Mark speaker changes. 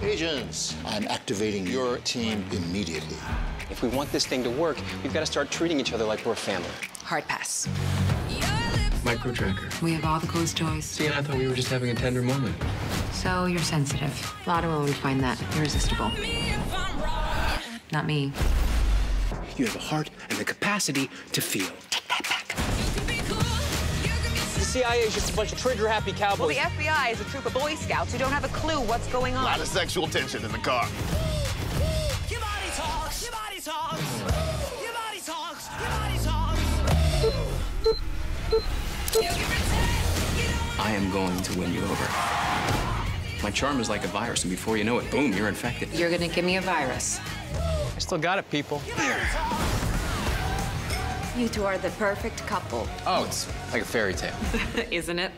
Speaker 1: Agents, I'm activating your team immediately.
Speaker 2: If we want this thing to work, we've got to start treating each other like we're a family.
Speaker 3: Hard pass.
Speaker 4: Micro tracker.
Speaker 3: We have all the closed toys.
Speaker 4: See, and I thought we were just having a tender moment.
Speaker 3: So you're sensitive. A lot of women find that irresistible. Not me.
Speaker 5: You have a heart and the capacity to feel.
Speaker 2: The CIA is just a bunch of trigger-happy
Speaker 6: Well, the
Speaker 2: cowboys.
Speaker 6: FBI is a troop of Boy Scouts who don't have a clue what's going on.
Speaker 7: lot of sexual tension in the car.
Speaker 8: Your body talks, your body talks, your body talks, your body talks.
Speaker 5: I am going to win you over. My charm is like a virus, and before you know it, boom, you're infected.
Speaker 3: You're gonna give me a virus.
Speaker 2: I still got it, people.
Speaker 9: You two are the perfect couple.
Speaker 2: Oh, it's like a fairy tale.
Speaker 3: Isn't it?